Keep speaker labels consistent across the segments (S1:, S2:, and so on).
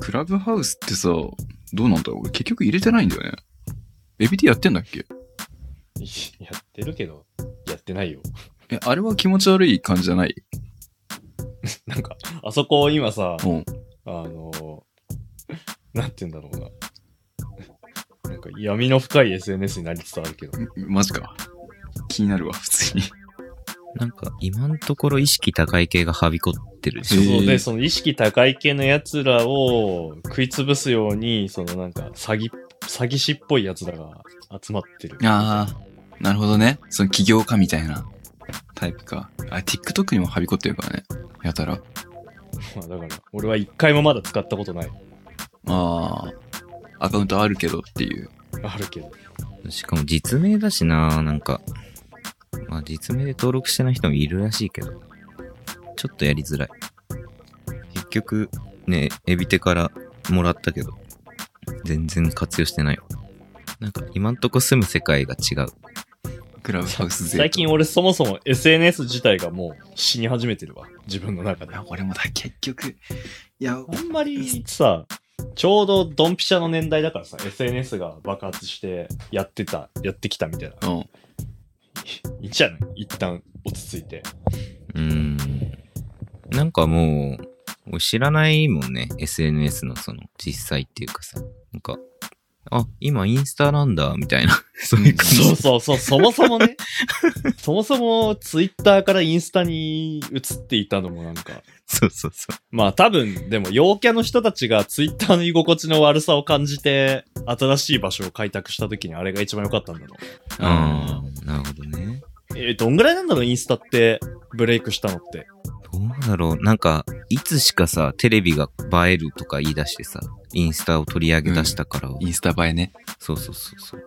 S1: クラブハウスってさ、どうなんだろう俺結局入れてないんだよね。ABT やってんだっけ
S2: やってるけど、やってないよ。
S1: え、あれは気持ち悪い感じじゃない
S2: なんか、あそこ今さ、
S1: うん。
S2: あのー、なんて言うんだろうな。なんか闇の深い SNS になりつつあるけど。
S1: マジか。気になるわ、普通に。
S3: なんか、今のところ意識高い系がはびこってるでしょ。
S2: そう
S1: へえ
S2: で、その意識高い系のやつらを食い潰すように、そのなんか詐欺、詐欺師っぽいやつらが集まってる。
S1: ああ、なるほどね。その起業家みたいなタイプか。あ、TikTok にもはびこってるからね。やたら。
S2: まあだから、俺は一回もまだ使ったことない。
S1: ああ、アカウントあるけどっていう。
S2: あるけど。
S3: しかも実名だしな、なんか。まあ実名で登録してない人もいるらしいけど。ちょっとやりづらい。結局、ね、エビテからもらったけど、全然活用してないわ。なんか今んとこ住む世界が違う。
S1: クラブハウス勢と。
S2: 最近俺そもそも SNS 自体がもう死に始めてるわ。自分の中
S1: い
S2: で。
S1: や、俺もだ、結局。いや、
S2: あんまりさ、ちょうどドンピシャの年代だからさ、SNS が爆発してやってた、やってきたみたいな。
S1: うん。
S2: いいじゃない一旦落ち着いて。
S3: うーん。なんかもう、俺知らないもんね。SNS のその実際っていうかさ。なんか、あ、今インスタなんだ、みたいな。 そういう感じ。
S2: そうそうそう、そもそもね。そもそもツイッターからインスタに移っていたのもなんか。
S3: そうそうそう。
S2: まあ多分、でも陽キャの人たちがツイッターの居心地の悪さを感じて、新しい場所を開拓した時にあれが一番良かったんだろ
S3: ああ、なるほどね。
S2: う。えー、どんぐらいなんだろうインスタってブレイクしたのって。
S3: どうだろう。なんか、いつしかさ、テレビが映えるとか言い出してさ、インスタを取り上げ出したから、
S1: インスタ映えね。
S3: そうそうそうそう。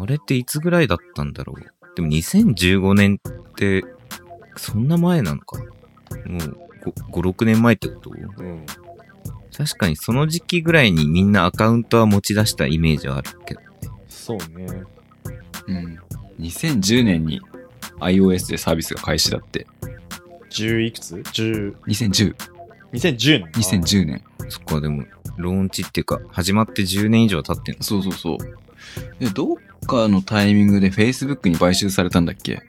S3: あれっていつぐらいだったんだろう。でも2015年って、そんな前なのか。もう5、5 6年前ってこと
S2: うん。
S3: 確かにその時期ぐらいにみんなアカウントは持ち出したイメージはあるけど。
S2: そうね。
S1: うん。2010年に iOS でサービスが開始だって。
S2: 10いくつ ?10、
S1: 2010、
S2: 2010年。
S1: 2010年。
S3: そっか、でも、ローンチっていうか、始まって10年以上経ってんの
S1: そうそうそう。で、どっかのタイミングで Facebook に買収されたんだっけ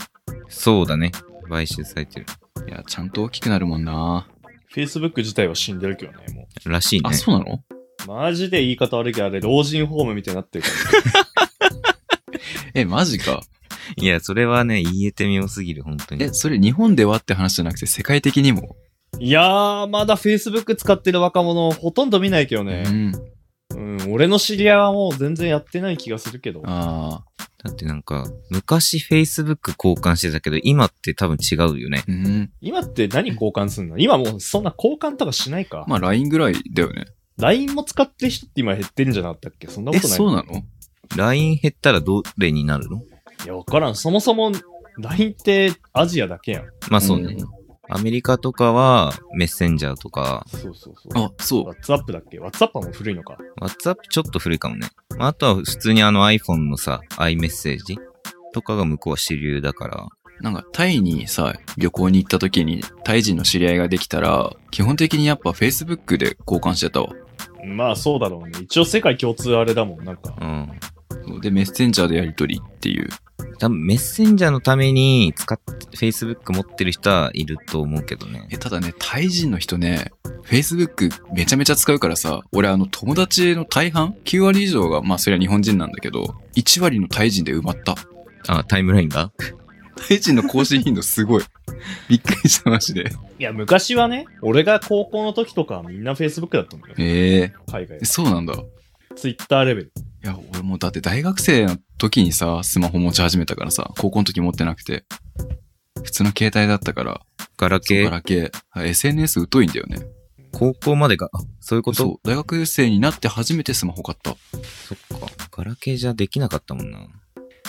S3: そうだね。買収されてる。
S1: いや、ちゃんと大きくなるもんな。
S2: Facebook 自体は死んでるけどね、もう。
S3: らしいね
S1: あ、。そうなの
S2: マジで言い方悪いけど、あれ、老人ホームみたいになってるから。
S1: え、マジか。
S3: いや、それはね、言えてみよすぎる、本当に
S1: え、。それ日本ではって話じゃなくて世界的にも。
S2: いやー、まだ Facebook 使ってる若者、ほとんど見ないけど
S1: う
S2: ね。
S1: ん。
S2: うん、俺の知り合いはもう全然やってない気がするけど。
S1: ああ。
S3: だってなんか、昔 Facebook 交換してたけど、今って多分違うよね。
S1: うん。
S2: 今って何交換すんの今もうそんな交換とかしないか。
S1: まあ LINE ぐらいだよね。
S2: LINE も使ってる人って今減ってるんじゃなかったっけそんなこ
S1: え、
S2: とない。
S1: そうなの
S3: LINE 減ったらどれになるの
S2: いや、わからん。そもそも LINE ってアジアだけやん。
S3: まあそうね。
S1: ん
S3: アメリカとかは、メッセンジャーとか、
S2: そうそうそう。
S1: あ、そう。
S2: WhatsApp だっけ ?WhatsApp はもう古いのか。
S3: WhatsApp ちょっと古いかもね。まああとは普通にあの iPhone のさ、iMessage とかが向こうは主流だから。
S1: なんかタイにさ、旅行に行った時にタイ人の知り合いができたら、基本的にやっぱ Facebook で交換してたわ。
S2: まあそうだろうね。一応世界共通あれだもん。なんか。
S3: うん。
S1: そうで、メッセンジャーでやりとりっていう。
S3: 多分メッセンジャーのために使って、Facebook 持ってる人はいると思うけどね。
S1: え、ただね、タイ人の人ね、Facebook めちゃめちゃ使うからさ、俺あの友達の大半 ?9 割以上が、まあそれは日本人なんだけど、1割のタイ人で埋まった。
S3: あ、タイムラインが
S1: タイ人の更新頻度すごい。 びっくりしたマジで。
S2: いや、昔はね、俺が高校の時とかはみんな Facebook だったんだよ。
S1: ええ
S2: 海外は。
S1: そうなんだ。い
S2: Twitter レベル。
S1: や、俺もうだって大学生の時にさ、スマホ持ち始めたからさ、高校の時持ってなくて。普通の携帯だったから、
S3: ガラケ
S1: ガ
S3: ー
S1: ラケーあ SNS 疎いんだよね。
S3: 高校までが、あそういうこと
S1: そう、大学生になって初めてスマホ買った。
S3: そっか。ガラケーじゃできなかったもんな。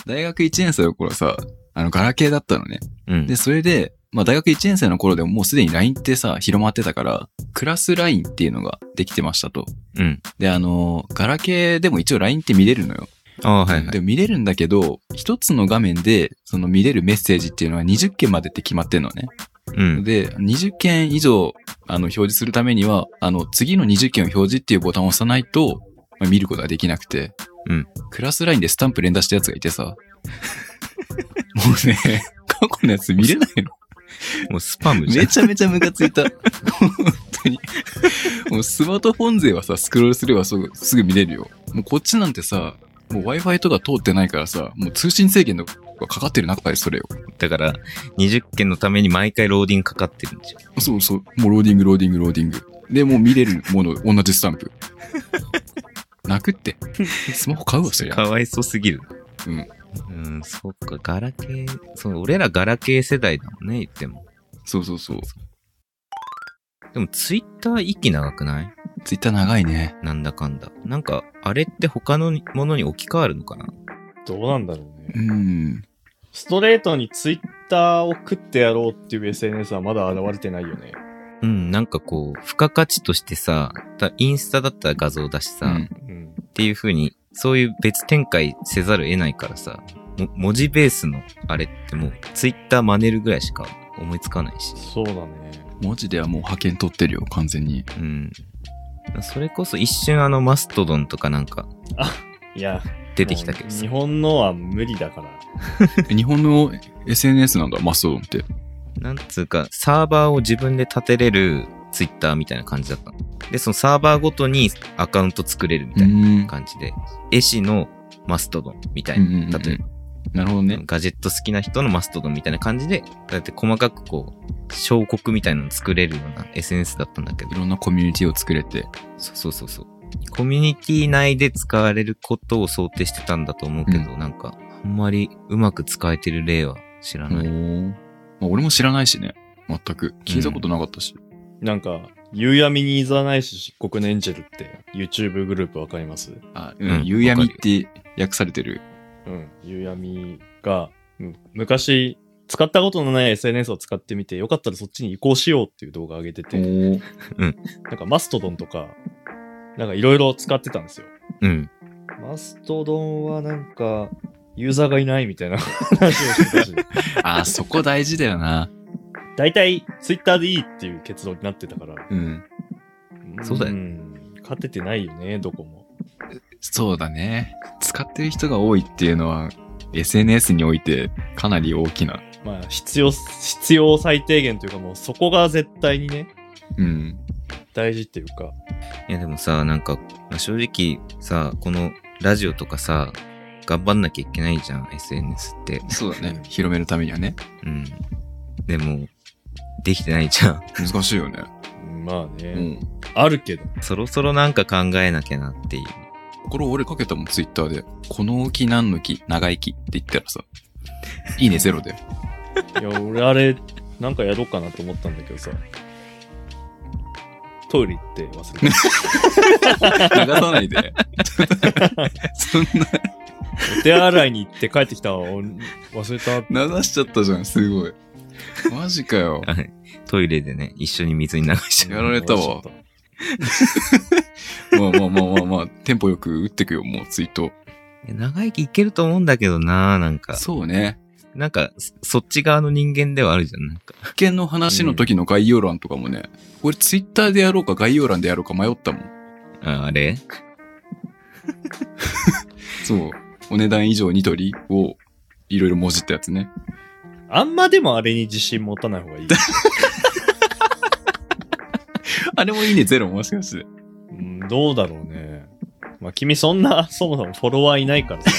S1: 大学1年生の頃さ、あの、ガラケーだったのね。
S3: うん。
S1: で、それで、まあ大学1年生の頃でももうすでに LINE ってさ、広まってたから、クラス LINE っていうのができてましたと。
S3: うん。
S1: で、あの、ガラケーでも一応 LINE って見れるのよ。
S3: ああ、はいは
S1: で
S3: い。
S1: も見れるんだけど、一つの画面で、その見れるメッセージっていうのは20件までって決まってんのね。
S3: うん。
S1: で、20件以上、あの、表示するためには、あの、次の20件を表示っていうボタンを押さないと、まあ見ることができなくて。
S3: うん
S1: クラスラインでスタンプ連打したやつがい てさ。もうね、過去のやつ見れないの。
S3: もうスパムじゃん
S1: め。ちゃめちゃムカついた。本当に。もうスマートフォン勢はさ、スクロールすればすぐ、すぐ見れるよ。もうこっちなんてさ、もう Wi-Fi とか通ってないからさ、もう通信制限のがかかってる中でそれを。
S3: だから、20件のために毎回ローディングかかってるんでしょ。
S1: そうそう。もうローディング、ローディング、ローディング。で、もう見れるもの、同じスタン プ。泣くって。スマホ買うわ、そりゃ。
S3: かわいそうすぎる。
S1: うん。
S3: うん、そっか、ガラケー、そう、俺らガラケー世代だもんね、言っても。
S1: そうそうそう。
S3: でも、ツイッター息長くない
S1: ツイッター長いね。
S3: なんだかんだ。なんか、あれって他のものに置き換わるのかな
S2: どうなんだろうね
S1: う。ん。
S2: ストレートにツイッターを食ってやろうっていう SNS はまだ現れてないよね。
S3: うん、なんかこう、付加価値としてさ、たインスタだったら画像だしさ、
S1: うん
S2: うん。
S3: っていう風に、そういう別展開せざるを得ないからさ、も文字ベースのあれってもう、ツイッター真似るぐらいしか思いつかないし。
S2: そうだね。
S1: 文字ではもう派遣取ってるよ、完全に。
S3: うん。それこそ一瞬あのマストドンとかなんか
S2: いや、
S3: 出てきたけど
S2: もう
S3: さ
S2: 日。本のは無理だから。
S1: え日本の SNS なんだ、マストドンって。
S3: なんつうか、サーバーを自分で立てれるツイッターみたいな感じだったの。で、そのサーバーごとにアカウント作れるみた
S1: う。
S3: いなん感じで、絵師のマストドンみたい
S1: うんうんうんう
S3: な、
S1: ん
S3: 例えば、
S1: なるほどね。
S3: ガジェット好きな人のマストドンみたいな感じで、だって細かくこう、小国みたいなの作れるような SNS だったんだけど
S1: い、ろんなコミュニティを作れて。
S3: そうそうそうそう。コミュニティ内で使われることを想定してたんだと思うけど、なんか、あんまりうまく使えてる例は知ら
S1: お
S3: ない。
S1: ーまあ、俺も知らないしね。全く。聞いたことなかったし。
S2: なんか、夕闇にいざないし漆黒ネンジェルって YouTube グループわかります
S1: あ、
S3: う
S1: うん
S3: ん。
S1: 夕闇って訳されてる。
S2: うん。夕闇が、うん、昔、使ったことのない SNS を使ってみて、よかったらそっちに移行しようっていう動画上げてて、
S1: ー
S2: なんかマストドンとか、なんかいろいろ使ってたんですよ。
S3: うん。
S2: マストドンはなんか、ユーザーがいないみたいな話をしてたし、
S1: あー、そこ大事だよな。
S2: 大体 Twitter でいいっていう結論になってたから、
S1: うん。
S3: そうだよ
S2: ん勝ててないよね、どこも。
S1: そうだね。使ってる人が多いっていうのは、SNS においてかなり大きな。
S2: まあ、必要、必要最低限というかもうそこが絶対にね、
S1: うん。
S2: 大事っていうか、
S3: いやでもさ、なんか、まあ正直さ、このラジオとかさ、頑張んなきゃいけないじゃん、SNS って。
S1: そうだね。広めるためにはね。
S3: うん。でも、できてないじゃん。
S1: 難しいよね。
S2: まあね、
S1: うん。
S2: あるけど、
S3: そろそろなんか考えなきゃなっていう。
S1: これ俺かけたもん、ツイッターで。この木何の木長生きって言ったらさ。いいね、ゼロで。
S2: いや、俺あれ、なんかやろうかなと思ったんだけどさ、トイレ行って忘れた。
S1: 流さない で。そん
S2: お手洗いに行って帰ってきたわお忘れた。
S1: な、流しちゃったじゃん、すごい。マジかよ。
S3: あトイレでね、一緒に水に流しちゃう。
S1: やられたわ。まあまあまあまあまあ、テンポよく打ってくよ、もうツイート。
S3: いや長生きいけると思うんだけどな、なんか。
S1: そうね。
S3: なんか、そそっち側の人間ではあるじゃん。なんか
S1: 一見の話の時の概要欄とかもね、俺ツイッターでやろうか概要欄でやろうか迷ったもん。
S3: ああれ
S1: そう。お値段以上ニトリをいろいろ文字ったやつね。
S2: あんまでもあれに自信持たない方がいい。
S1: あれもいいね、ゼロもしかして。
S2: うん、どうだろうね。まあ君そんな、 そもそもフォロワーいないからさ。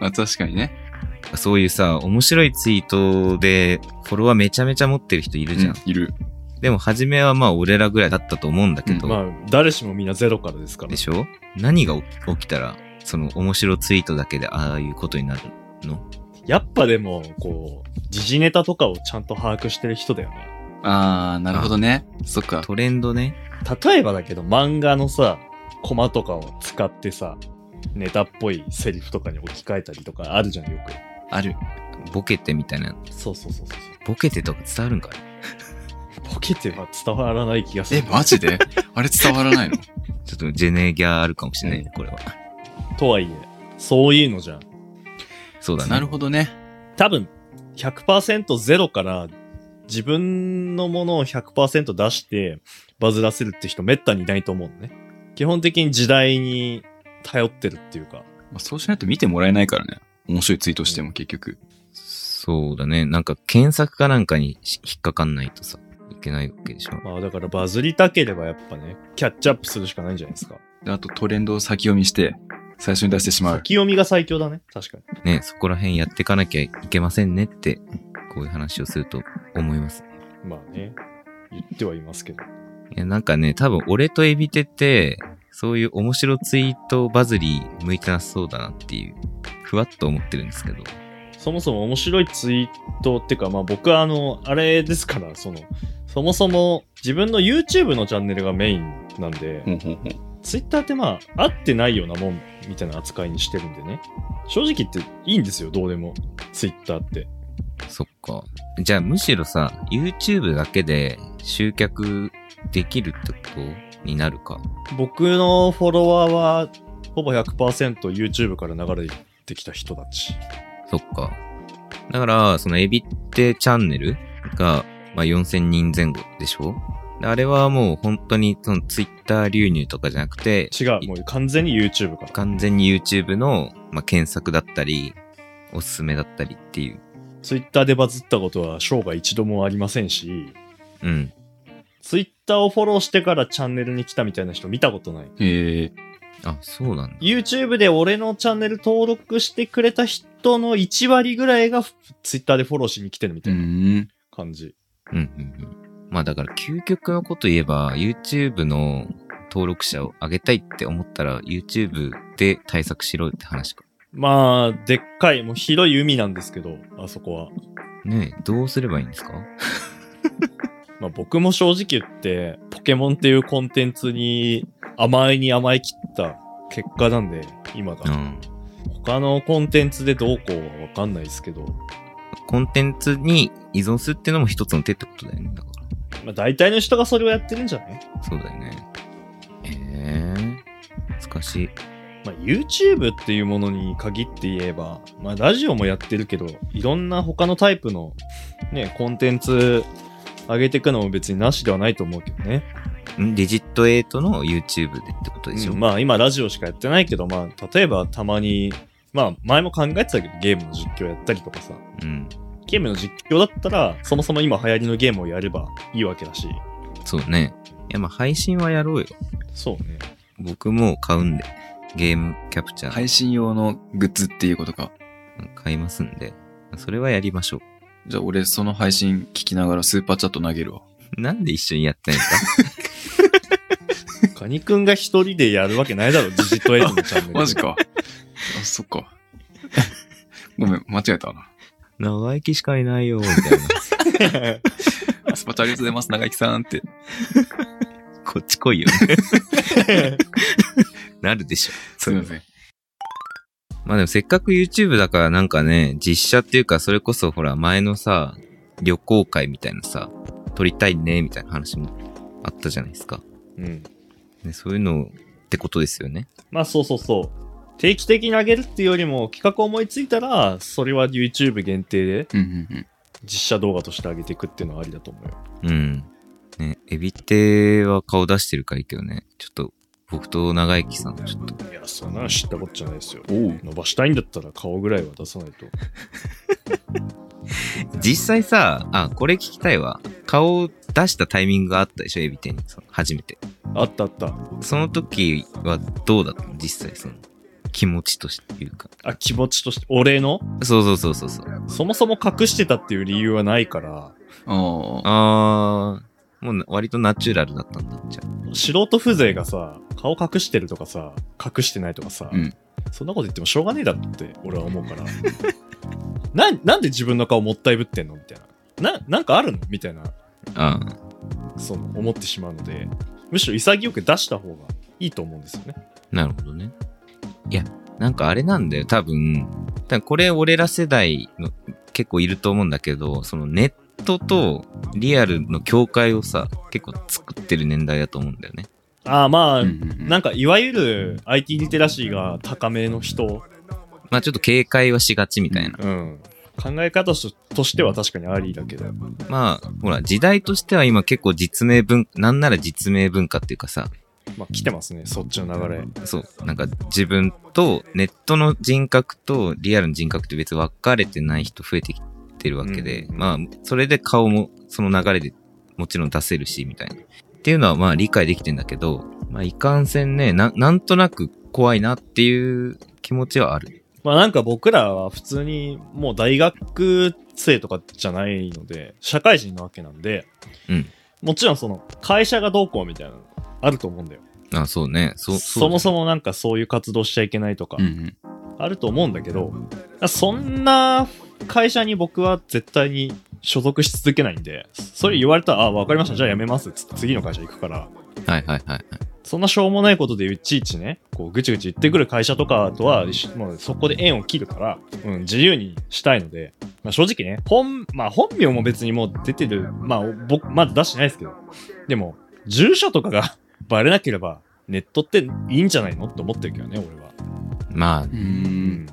S1: あ、確かにね。
S3: そういうさ、面白いツイートで、フォロワーめちゃめちゃ持ってる人いるじゃん。
S1: いる。
S3: でも、初めはまあ、俺らぐらいだったと思うんだけど、
S2: まあ誰しもみんなゼロからですから
S3: で。しょ何が起起きたら、その、面白ツイートだけで、ああいうことになるの
S2: やっぱでも、こう、時事ネタとかをちゃんと把握してる人だよね。
S1: あー、なるほどね。そっか。
S3: トレンドね。
S2: 例えばだけど漫画のさコマとかを使ってさネタっぽいセリフとかに置き換えたりとかあるじゃんよく
S1: ある。
S3: ボケてみたいな。
S2: そうそうそうそう
S3: ボケてとか伝わるんかい
S2: ボケては伝わらない気がす
S1: え、
S2: る
S1: マジ であれ伝わらないの
S3: ちょっと、ジェネギャーあるかもしれないね、これは。
S2: とはいえそういうのじゃん
S3: そうだね。
S1: なるほどね。
S2: 多分100%ゼロから自分のものを100%出してバズらせるって人めったにいないと思うのね。基本的に時代に頼ってるっていうか。
S1: まあ、そうしないと見てもらえないからね。面白いツイートしても結局。
S3: そうだね。なんか検索かなんかにし引っかかんないとさ、いけないわけでしょ。
S2: まあだからバズりたければやっぱね、キャッチアップするしかないんじゃないですか。
S1: であとトレンドを先読みして、最初に出してしまう。
S2: 先読みが最強だね。確かに。
S3: ね、そこら辺やっていかなきゃいけませんねって、こういう話をすると思います。
S2: まあね、言ってはいますけど。
S3: いや、なんかね、多分俺とエビテって、そういう面白ツイートバズり向いてなさそうだなっていう、ふわっと思ってるんですけど。
S2: そもそも面白いツイートっていうか、まあ僕はあの、あれですから、その、そもそも自分の YouTube のチャンネルがメインなんで、
S1: ほんほんほん
S2: ツイッターってまあ、合ってないようなもんみたいな扱いにしてるんでね。正直言っていいんですよ、どうでも。ツイッターって。
S3: そっか。じゃあむしろさ、YouTube だけで集客できるってことになるか。
S2: 僕のフォロワーは、ほぼ 100%YouTube から流れてきた人たち。
S3: そっか。だから、そのエビってチャンネルが、まあ、4000人前後でしょであれはもう本当にその Twitter 流入とかじゃなくて、
S2: 違う、もう完全に YouTube から。
S3: 完全に YouTube の、まあ、検索だったり、おすすめだったりっていう。
S2: ツイッターでバズったことは生涯一度もありませんし、
S3: うん。
S2: ツイッターをフォローしてからチャンネルに来たみたいな人見たことない。
S1: え
S3: あ、そうなんだ。
S2: YouTube で俺のチャンネル登録してくれた人の1割ぐらいがツイッターでフォローしに来てる
S1: ー、
S2: み
S1: う
S2: たいな
S1: ーん。
S2: 感じ。
S3: うんうんうん。まあだから究極のこと言えば、YouTube の登録者を上げたいって思ったら、YouTube で対策しろって話か。
S2: まあ、でっかい、もう広い海なんですけど、あそこは。
S3: ねえ、どうすればいいんですか
S2: まあ僕も正直言って、ポケモンっていうコンテンツに甘えに甘え切った結果なんで、今
S3: う
S2: が。
S3: ん。
S2: 他のコンテンツでどうこうはわかんないですけど、
S3: コンテンツに依存するっていうのも一つの手ってことだよね。だか
S2: まあ大体の人がそれをやってるんじゃない
S3: ら。そうだよね。ええー。難しい。
S2: まあ、YouTube っていうものに限って言えば、まあ、ラジオもやってるけど、いろんな他のタイプの、ね、コンテンツ上げていくのも別になしではないと思うけどね。
S3: んデジット8の YouTube でってことでしょ、
S2: うんまあ、今ラジオしかやってないけど、まあ、例えばたまに、まあ、前も考えてたけど、ゲームの実況やったりとかさ、
S3: うん。
S2: ゲームの実況だったら、そもそも今流行りのゲームをやればいいわけだし。
S3: そうね。いや、まあ配信はやろうよ。
S2: そうね。
S3: 僕も買うんで。ゲームキャプチャー
S1: 配信用のグッズっていうことか。
S3: 買いますんで。それはやりましょ
S1: じゃあ俺その配信聞きながらスーパーチャット投げるわ。
S3: う。なんで一緒にやってないん だ
S2: カニくんが一人でやるわけないだろ、デジットエイトのチャン ネル で。
S1: マジか。 あ、そっか。 ごめん、間違えたな。
S3: 長生きしかいないよ、みたいな。
S1: スーパーチャットありがとうございます、長木さんって。
S3: こっち来いよ。なるでしょ。
S1: すいません。
S3: まあでもせっかく YouTube だからなんかね、実写っていうかそれこそほら前のさ、旅行会みたいなさ、撮りたいね、みたいな話もあったじゃないですか。
S2: うん。
S3: ね、そういうのってことですよね。
S2: まあそうそうそう。定期的に上げるっていうよりも企画思いついたら、それは YouTube 限定で
S1: うんうんうん。
S2: 実写動画として上げていくっていうのはありだと思うよ。
S3: うん。ね、エビテは顔出してるからいいけどね。ちょっと、僕と長生きさん、ちょっと、
S2: いや、そんなの知ったことじゃないですよ。
S1: おう。
S2: 伸ばしたいんだったら顔ぐらいは出さないと。
S3: 実際さ、あ、これ聞きたいわ。顔を出したタイミングがあったでしょ、エビテに。その初めて。
S2: あったあった。
S3: その時はどうだったの実際、その、気持ちとしていうか。
S2: あ、気持ちとして、お礼の
S3: そうそうそうそうそう。
S2: そもそも隠してたっていう理由はないから、
S1: ああ。
S3: あー、もうな割とナチュラルだったんだ、じゃあ
S2: 素人風情がさ、顔隠してるとかさ、隠してないとかさ、
S1: うん
S2: そんなこと言ってもしょうがねえだろって俺は思うから。 な、なんで自分の顔もったいぶってんのみたいな。な、なんかあるのみたいな。
S3: あー
S2: その思ってしまうのでむしろ潔く出した方がいいと思うんですよね
S3: なるほどね。いや、なんかあれなんだよ、多分。多分これ俺ら世代の結構いると思うんだけど、そのネットとリアルの境界をさ、結構作ってる年代だと思うんだよね。
S2: ああまあ、
S1: うんうんうん
S2: なんかいわゆる IT リテラシーが高めの人
S3: まあちょっと警戒はしがちみたいな。
S2: うん考え方としとしては確かにありだけど。
S3: まあ、ほら、時代としては今結構実名文、なんなら実名文化っていうかさ、
S2: まあ来てますね、そっちの流れ。
S3: そう、なんか自分とネットの人格とリアルの人格って別に分かれてない人増えてきてるわけで、
S2: うん
S3: まあ、それで顔もその流れでもちろん出せるし、みたいな。っていうのはまあ理解できてんだけど、まあいかんせんね、ななんとなく怖いなっていう気持ちはある。
S2: まあなんか僕らは普通にもう大学生とかじゃないので、社会人なわけなんで、
S3: うん
S2: もちろんその会社がどうこうみたいなのあると思うんだよ。
S3: あ、そうね。そ
S2: そもそもなんかそういう活動しちゃいけないとか
S1: うんうん。
S2: あると思うんだけど、そんな会社に僕は絶対に所属し続けないんで、それ言われたら、あ、わかりました、じゃあ辞めますっつって次の会社行くから、
S3: も。はいはいはいはい。
S2: そんなしょうもないことでいちいちね、こうぐちぐち言ってくる会社とかとは、しもうそこで縁を切るから、うん、自由にしたいので、まあ、正直ね、本、まあ本名も別にもう出てる、まあお僕、まだ出してないですけど、でも、住所とかが バレなければ、ネットっていいんじゃないのって思ってるけどね、俺は。
S3: まあ
S1: う、。。
S2: うん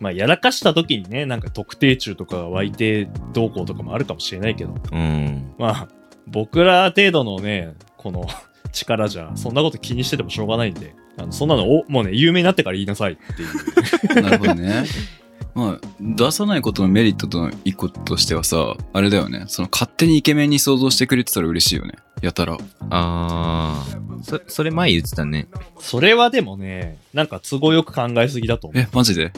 S2: まあ、やらかした時にね、なんか特定中とか湧いてどうこうとかもあるかもしれないけど、
S3: うん。
S2: まあ、僕ら程度のね、この力じゃ、そんなこと気にしててもしょうがないんで、あのそんなのお、もうね、有名になってから言いなさいっていう。
S1: なるほどね。まあ、出さないことのメリットの一個としてはさ、あれだよね。その勝手にイケメンに想像してくれてたら嬉しいよね。やたら。
S3: あー、そ、それ前言ってたね。
S2: それはでもね、なんか都合よく考えすぎだと思う。
S1: え、マジで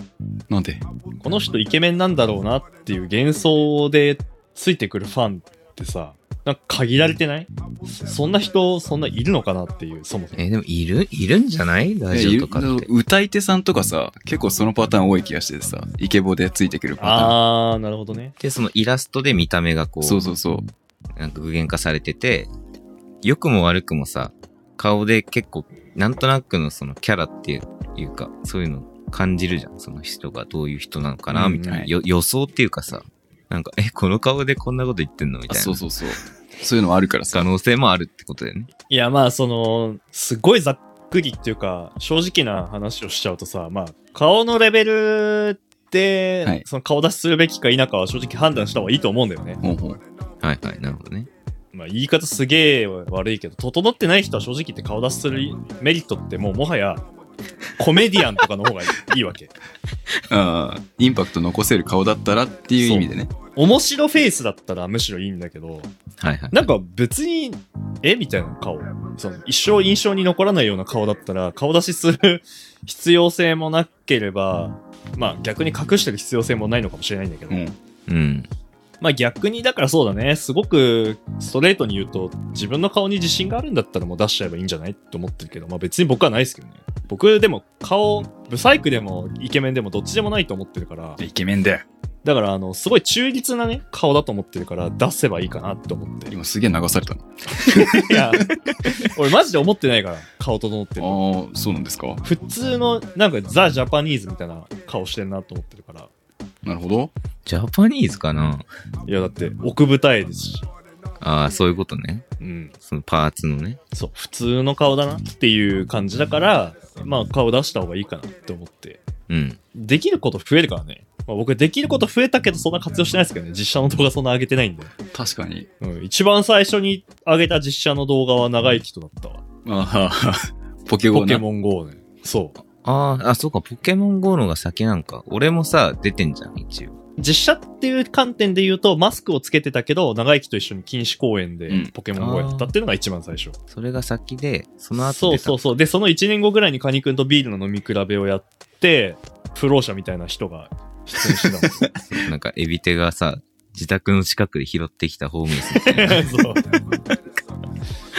S1: なんで
S2: この人イケメンなんだろうなっていう幻想でついてくるファンってさ、なんか限られてないそそんな人、そんないるのかなっていう、そもそも。
S3: え、でもいるいるんじゃないラジオとか
S1: いやい
S3: って
S1: る。歌い手さんとかさ、結構そのパターン多い気がしてさ、イケボでついてくるパターン。
S2: あー、なるほどね。
S3: で、そのイラストで見た目がこう、
S1: そうそうそう。
S3: なんか具現化されてて、良くも悪くもさ、顔で結構、なんとなくのそのキャラっていういうか、そういうの感じるじゃん。その人がどういう人なのかな、
S1: うん
S3: みたいな、
S1: はい
S3: よ予想っていうかさ、なんか、え、この顔でこんなこと言ってんのみ
S1: あ
S3: たい
S1: そう
S3: な
S1: そうそう。そういうのもあるから
S3: 可
S1: さ。
S3: 能性もあるってことだよね。
S2: いやまあそのすごいざっくりっていうか正直な話をしちゃうとさまあ顔のレベルで、
S1: はい
S2: その顔出しするべきか否かは正直判断した方がいいと思うんだよね、
S1: ほうほう。
S3: はいはい、なるほどね。
S2: まあ、言い方すげえ悪いけど整ってない人は正直言って顔出しするメリットってもうもはやコメディアンとかの方がいいいいわけ
S1: ああ、インパクト残せる顔だったらっていう意味でね。
S2: 面白フェイスだったらむしろいいんだけど
S3: はいはい。
S2: なんか別にえみたいな顔その一生印象に残らないような顔だったら顔出しする必要性もなければまあ逆に隠してる必要性もないのかもしれないんだけど、
S1: うん。
S3: うん。
S2: まあ逆にだからそうだねすごくストレートに言うと自分の顔に自信があるんだったらもう出しちゃえばいいんじゃないって思ってるけどまあ別に僕はないですけどね僕でも顔ブサイクでもイケメンでもどっちでもないと思ってるから
S1: イケメンだよ。
S2: だからあのすごい中立なね顔だと思ってるから出せばいいかなって思って
S1: 今すげえ流された
S2: いや、俺マジで思ってないから、顔整ってる。
S1: の。ああ、そうなんですか。
S2: 普通の、なんかザ・ジャパニーズみたいな顔してんなと思ってるから。
S1: なるほど。
S3: ジャパニーズかない
S2: や、だって奥二重ですし。
S3: ああ、そういうことね。
S2: うん。
S3: そのパーツのね。
S2: そう、普通の顔だなっていう感じだから、まあ顔出した方がいいかなって思って。
S3: うん。
S2: できること増えるからね。まあ僕できること増えたけどそんな活用してないですけどね。実写の動画そんな上げてないんで。
S1: 確かに。
S2: うん。一番最初に上げた実写の動画は長い人だったわ。
S1: ああ、 ポケゴ
S2: ポ
S1: ンな
S2: ケモン GO ね。そう。
S3: ああ、あ、そうか、ポケモン GO の方が先なんか。俺もさ、出てんじゃん、一応。
S2: 実写っていう観点で言うと、マスクをつけてたけど、長生きと一緒に錦糸公園で
S1: うん
S2: ポケモン GO やったっていうのが一番最初。
S3: それが先で、その後
S2: そう
S3: 出た
S2: そうそう。で、その1年後ぐらいにカニ君とビールの飲み比べをやって、プロ者みたいな人が出演してた
S3: なんか、エビテがさ、自宅の近くで拾ってきたホームレ ス。
S2: もんそう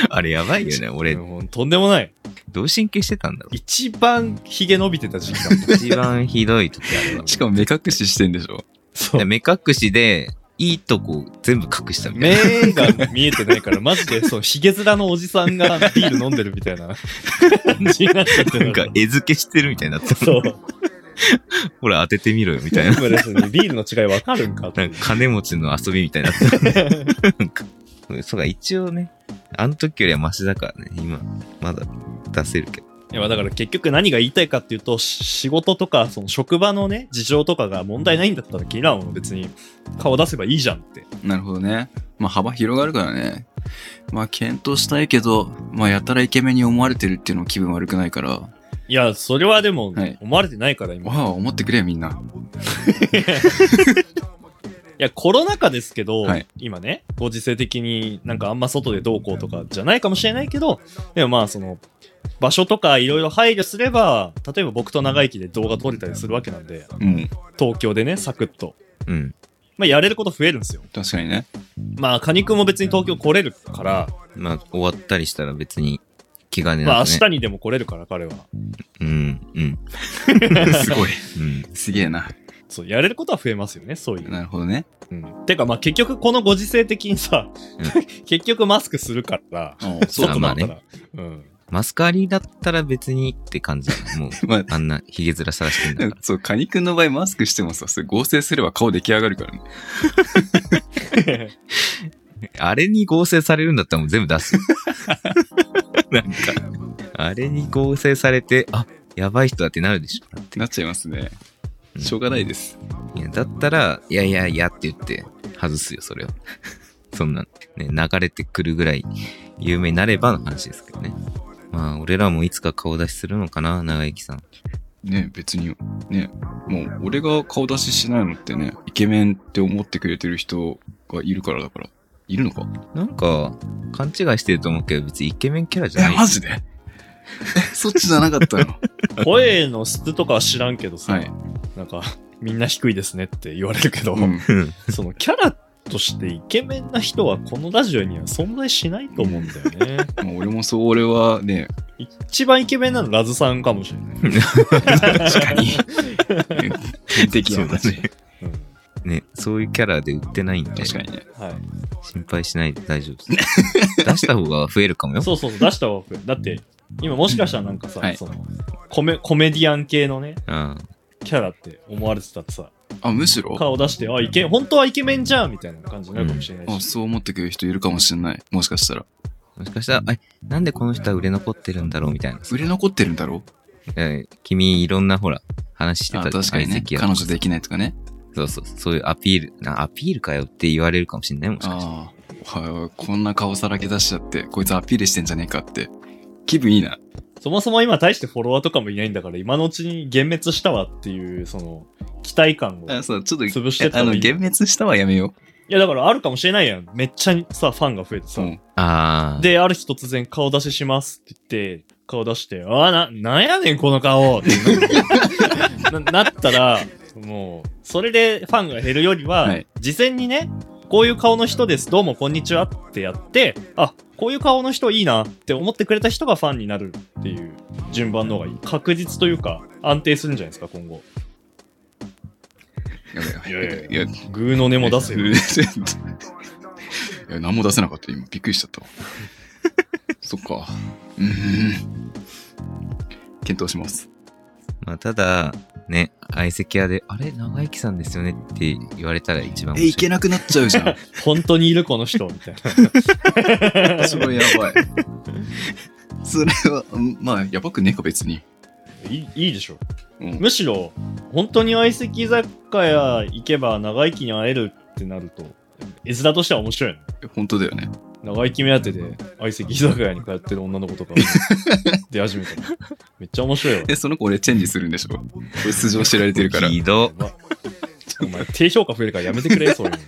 S3: あれやばいよね。俺、
S2: もうとんでもない。
S3: どう神経してたんだろう。
S2: 一番ヒゲ伸びてた時期だもん。
S3: 一番ひどい時あるわ。
S1: しかも目隠ししてんでしょ。
S2: そう
S3: 目隠しで、いいとこ全部隠したみたいな。
S2: 目が見えてないから、マジで、そう、ヒゲ面のおじさんがビール飲んでるみたい な感じになっちゃって
S3: な
S2: る
S3: んか、絵付けしてるみたいになって
S2: そう。
S3: ほら、当ててみろよ、みたい な。
S2: 今ですねビールの違いわかるんかって
S3: ない
S2: うん
S3: か、金持ちの遊びみたいになって たなんかそうか、一応ね、あの時よりはマシだからね、今、まだ出せるけど。
S2: いやだから結局何が言いたいかっていうとし仕事とかその職場のね事情とかが問題ないんだったら君らも別に顔出せばいいじゃんって
S1: なるほどね。まあ幅広がるからね。まあ検討したいけど、まあやたらイケメンに思われてるっていうのも気分悪くないから。
S2: いやそれはでも
S1: はい
S2: 思われてないから今、
S1: わあ、思ってくれよみんな。
S2: いや、コロナ禍ですけど、
S1: はい
S2: 今ね、ご時世的になんかあんま外でどうこうとかじゃないかもしれないけど、でもまあその、場所とかいろいろ配慮すれば、例えば僕と長生きで動画撮れたりするわけなんで、
S1: うん。
S2: 東京でね、サクッと。
S3: うん。
S2: まあやれること増えるんですよ。
S1: 確かに ね。
S2: まあ、カニ君も別に東京来れるから、
S3: まあ、終わったりしたら別に気兼ね
S2: まあ
S3: なく、ね。
S2: 明日にでも来れるから彼は。
S3: 明日。うん、うん、
S1: すごい。
S3: うん。
S1: すげえな。
S2: そう、やれることは増えますよね、そういう。
S1: なるほど ね。
S2: うん。てかまあ結局このご時世的にさ、
S3: う
S2: 結局マスクするから、
S1: あ
S3: そう
S2: 外だったら、
S3: ま
S2: うん。
S3: マスカリだったら別にって 感じだ。もう、
S1: まあ、
S3: あんなヒゲ面探してんだか
S1: そう、カニ君の場合マスクしてもさ、それ合成すれば顔出来上がるからね。
S3: ら。あれに合成されるんだったらもう全部 出すよ。なんか、あれに合成されて、あ、やばい人だってなるでしょ。だって
S1: なっちゃいますね。
S3: うん
S1: しょうがないです。
S3: いやだったら、いやいやいやって言って外すよ、それを。 そんな、ね、流れてくるぐらい有名になればの話ですけどね。まあ、俺らもいつか顔出しするのかな、長生きさん。
S1: ね別に、ねもう俺が顔出ししないのってね、イケメンって思ってくれてる人がいるからだから。いるのか
S3: なんか、勘違いしてると思うけど、別にイケメンキャラじゃな
S1: え、
S3: い。
S1: マジでえ、 そっちじゃなかったの
S2: 声の質とかは知らんけどさ、
S1: はい。
S2: なんか、みんな低いですねって言われるけど、
S1: うん
S3: うん
S2: そのキャラとしてイケメンな人はこのラジオには存在しないと思うんだよね。
S1: まあ俺もそう、俺はね、
S2: 一番イケメンなのラズさんかもしれない。
S1: 確かに。天敵や
S3: そうだ
S1: ね。
S2: うん
S3: ね、そういうキャラで売ってないんで、
S1: 確かにね。
S2: はい、
S3: 心配しないで大丈夫です。 出した方が増えるかもよ。
S2: そうそうそう、出した方が増えるだって、今もしかしたらなんかさ、
S1: はい
S2: そのコメ、コメディアン系のね、
S3: あ
S2: キャラって思われてたってさ、
S1: あ、むしろ
S2: 顔出して、あ、イケ、本当はイケメンじゃんみたいな感じになるかもしれな
S1: あ、
S2: いし。
S1: そう思ってくれる人いるかもしれない。もしかしたら。
S3: あもしかしたら、え、なんでこの人は売れ残ってるんだろうみたいな。
S1: 売れ残ってるんだろ
S3: え君、いろんなほら、話して
S1: あ
S3: た
S1: 確かにね。
S3: 相席屋
S1: 彼女できないとかね。
S3: そうそう、そういうアピール、なアピールかよって言われるかもしれないもん。
S1: ああ、はいこんな顔さらけ出しちゃって、こいつアピールしてんじゃねえかって。気分いいな。
S2: そもそも今大してフォロワーとかもいないんだから、今のうちに幻滅したわっていう、その、期待感を。
S1: あそう、ちょっと、
S2: 潰してった
S1: あ
S2: 方
S1: の、
S2: がいい
S1: 幻滅したはやめよ
S2: いやだからあるかもしれないやん。めっちゃさ、ファンが増えて
S1: う。
S2: さ。
S1: うん。
S3: ああ。、
S2: で、ある日突然顔出ししますって言って、顔出して、ああ、な、なんやねんこの顔ってな ななったら、もう、それでファンが減るよりは、
S1: はい
S2: 事前にね、こういう顔の人です、どうもこんにちはってやって、あ、こういう顔の人いいなって思ってくれた人がファンになるっていう順番の方がいい。確実というか、安定するんじゃないですか、今後。
S1: やべやべ
S2: いやいやグーの音も出 せ
S1: い
S2: る。
S1: やちょっといや、何も出せなかった。今、びっくりしちゃったわ。そっか。うーん。検討します。
S3: まあ、ただ、ね、相席屋で、あれ、長生きさんですよねって言われたら一番面
S1: え、
S3: 白い。
S1: いけなくなっちゃうじゃん。
S2: 本当にいるこの人、みたいな。
S1: それやばい。それは、うんまあ、やばくねえか、別に。
S2: いいいいでしょ
S1: うん。
S2: むしろ本当に相席居酒屋行けば長生きに会えるってなると絵面としては面白いよね
S1: 本当だよね。
S2: 長生き目当てで相席居酒屋に通ってる女の子とか 出始めたらめっちゃ面白 いわ
S1: え、その子俺チェンジするんでしょ俺素性知られてるから。
S3: ひど。
S2: お前低評価増えるからやめてくれそういうのい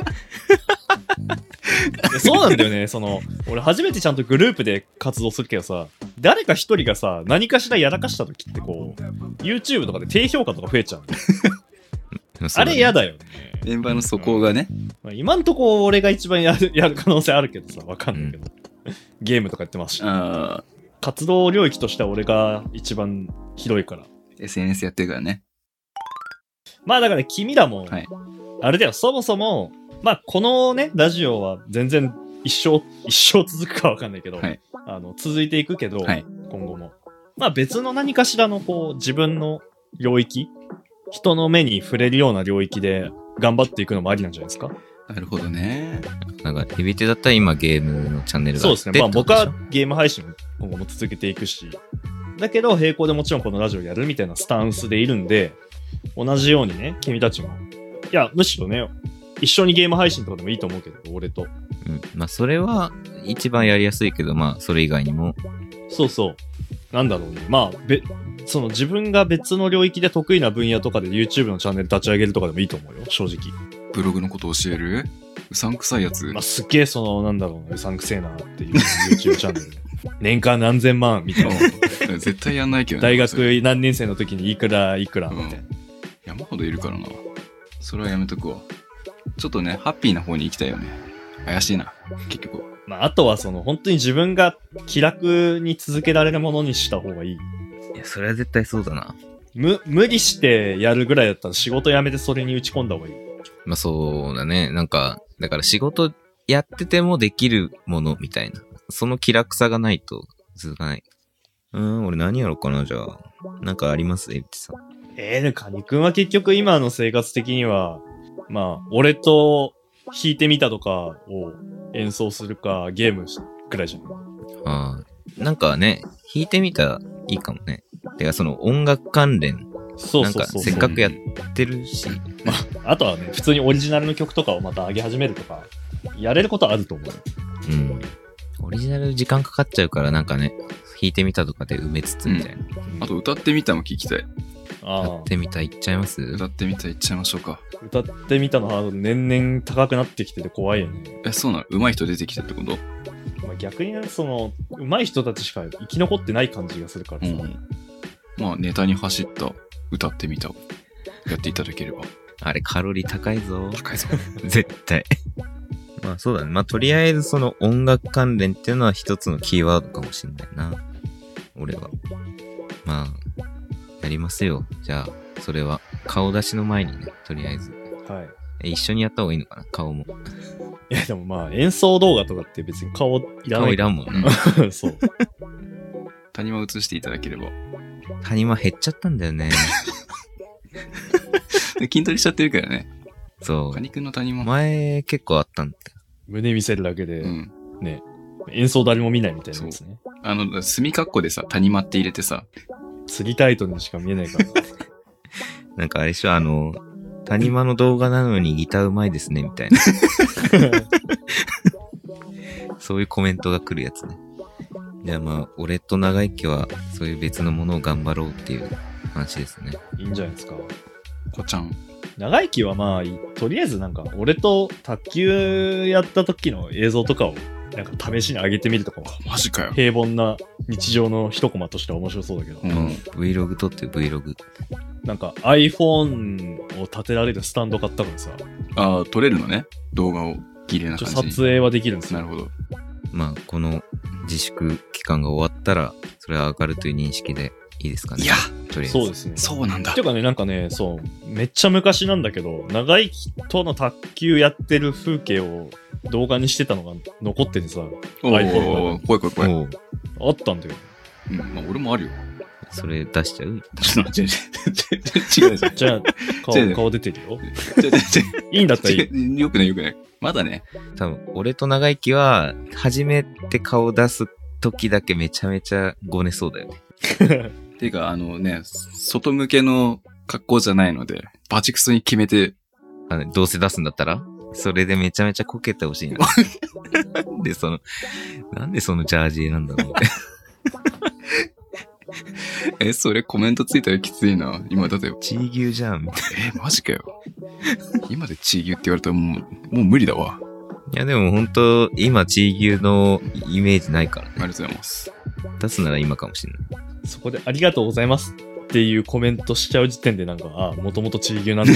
S2: やそうなんだよねその俺初めてちゃんとグループで活動するけどさ誰か一人がさ何かしらやらかした時ってこう YouTube とかで低評価とか増えちゃうのあれ嫌
S3: だ。
S2: だよね
S1: メンバーの素行がね、
S2: まあ、今んとこ俺が一番やる やる可能性あるけどさ、わかんないけど。ゲームとかやってますし、
S1: あ
S2: 活動領域としては俺が一番広いから。
S1: ー SNS やってるからね。
S2: まあだから君らも、
S1: はい
S2: あれだよ、そもそも、まあこのね、ラジオは全然一生、一生続くかわかんないけど、
S1: はい
S2: あの続いていくけど、
S1: はい
S2: 今後も。まあ別の何かしらのこう、自分の領域、人の目に触れるような領域で頑張っていくのもありなんじゃないですか
S1: なるほどね。
S3: なんか、エビテだったら今ゲームのチャンネルが
S2: そうですね。まあ僕
S3: って
S2: は
S3: こ
S2: ゲーム配信を今後も続けていくし、だけど、並行でもちろんこのラジオやるみたいなスタンスでいるんで、同じようにね、君たちも。いや、むしろね、一緒にゲーム配信とかでもいいと思うけど、俺と。
S3: うん。まあ、それは一番やりやすいけど、まあ、それ以外にも。
S2: そうそう。なんだろうね。まあ、べ、その自分が別の領域で得意な分野とかで YouTube のチャンネル立ち上げるとかでもいいと思うよ、正直。
S1: ブログのこと教えるうさんくさいやつ
S2: まあ、すっげえその、なんだろうな、うさんくせえなっていう YouTube チャンネル。 年間何千万みたいな。
S1: うん絶対やんないけどね
S2: 大
S1: それ
S2: 学何年生の時にいくらいくらみたいな。
S1: 山ほどいるからなそれはやめとくわちょっとねハッピーな方に行きたいよね怪しいな結局
S2: まあ、あとはその、本当に自分が気楽に続けられるものにした方がいい。
S3: いや、それは絶対そうだな。
S2: む、無理してやるぐらいだったら仕事辞めてそれに打ち込んだ方がいい。
S3: まあ、そうだね。なんか、だから仕事やっててもできるものみたいな。その気楽さがないと続かない。うーん、俺何やろうかな、じゃあ。なんかありますエビテさん。
S2: ええで、カニ君は結局今の生活的には、まあ、俺と弾いてみたとかを演奏するか、ゲームくらいじゃん。
S3: ああ。なんかね、弾いてみたらいいかもね。てか、その音楽関連
S2: そうそうそう。
S3: なんかせっかくやってるし。
S2: あとはね、普通にオリジナルの曲とかをまた上げ始めるとか、やれることはあると思う。
S3: うん。オリジナル時間かかっちゃうから、なんかね、弾いてみたとかで埋めつつみたいな。
S1: あと歌ってみたも聞きたい
S2: あ
S3: やってみたいっちゃいます
S1: 歌ってみたいっちゃいましょうか
S2: あ、歌ってみたのハードル年々高くなってきてて怖いよね。
S1: えそうなの上手い人出てきたってこと
S2: まあ、逆にね、その、上手い人たちしか生き残ってない感じがするから
S1: う
S2: さ。
S1: んまあネタに走った歌ってみたをやっていただけれ ば
S3: あれ、カロリー高い ぞ。
S1: 高いぞ
S3: 絶対。まあそうだね。まあとりあえずその音楽関連っていうのは一つのキーワードかもしんないな。俺は。まあ、やりますよ。じゃあ、それは顔出しの前にね、とりあえず。
S2: はい。
S3: え一緒にやった方がいいのかな顔も。
S2: いや、でもまあ、演奏動画とかって別に顔いらな
S3: 顔
S2: い
S3: い
S2: から
S3: んもん ね。
S2: らそう。
S1: 谷間映していただければ
S3: 谷間減っちゃったんだよ ね。
S1: で 筋トレしちゃってるからね
S3: そ
S1: カニ君の谷
S3: う。
S1: 間
S3: 前結構あったんだよ。
S2: 胸見せるだけで、
S1: うん
S2: ね、演奏誰も見ないみたいなやつね。
S1: あの墨括弧でさ谷間って入れてさ
S2: 釣りタイトルにしか見えないから。
S3: なんかあれでしょ、あの、谷間の動画なのにギターうまいですね、みたいな。そういうコメントが来るやつね。じゃあまあ、俺と長生きは、そういう別のものを頑張ろうっていう話ですね。
S2: いいんじゃないですか。
S1: こちゃん
S2: 長生きはまあいい、とりあえずなんか、俺と卓球やった時の映像とかを、なんか試しに上げてみるとかも、
S1: マジかよ
S2: 平凡な日常の一コマとしては面白そうだけど
S1: う、
S3: うん
S1: ん、
S3: Vlog 撮って Vlog。
S2: なんか iPhone を立てられるスタンド買ったからさ、
S1: ああ撮れるのね動画を綺麗な
S2: ちょ
S1: 感
S2: っ
S1: じ
S2: と
S1: に
S2: 撮影はできるんです
S1: な
S2: よ
S1: る。ほど
S3: まあ、この自粛期間が終わったら、それは上がるという認識でいいですかね。
S1: いや
S3: とりあえず。
S2: そうですね。
S1: そうなんだ
S2: ていうかね、なんかね、そう、めっちゃ昔なんだけど、長生きとの卓球やってる風景を動画にしてたのが残っててさ、
S1: おー
S2: iPhone
S1: 怖い怖い怖い、
S3: おう
S2: あったんだよ。
S1: うんまあ、俺もあるよ
S3: それ出しちゃう
S1: 違う違う違う違う違う違う
S2: じゃあ、
S1: 違う違
S2: 顔
S1: う
S2: 顔出てるよ。
S1: 違う違。
S2: いいんだったらいいう
S1: 違うよくないよくないまだね
S3: 多分、俺と長生きは、初めて顔出す時だけめちゃめちゃごねそうだよね。
S1: ていうかあのね外向けの格好じゃないのでバチクソに決めて
S3: あのどうせ出すんだったらそれでめちゃめちゃこけてほしいな。なんでその、なんでそのジャージなんだろうって。
S1: えそれコメントついたらきついな今だって
S3: チー牛じゃん、みたい
S1: えマジかよ今で地牛って言われたらもうもう無理だわ
S3: な。いやでも本当今チー牛のイメージないから
S1: あ。りがとうございます
S3: 出すなら今かもしれない。
S2: そこでありがとうございますっていうコメントしちゃう時点でなんか、あ、もともと地域なんだ。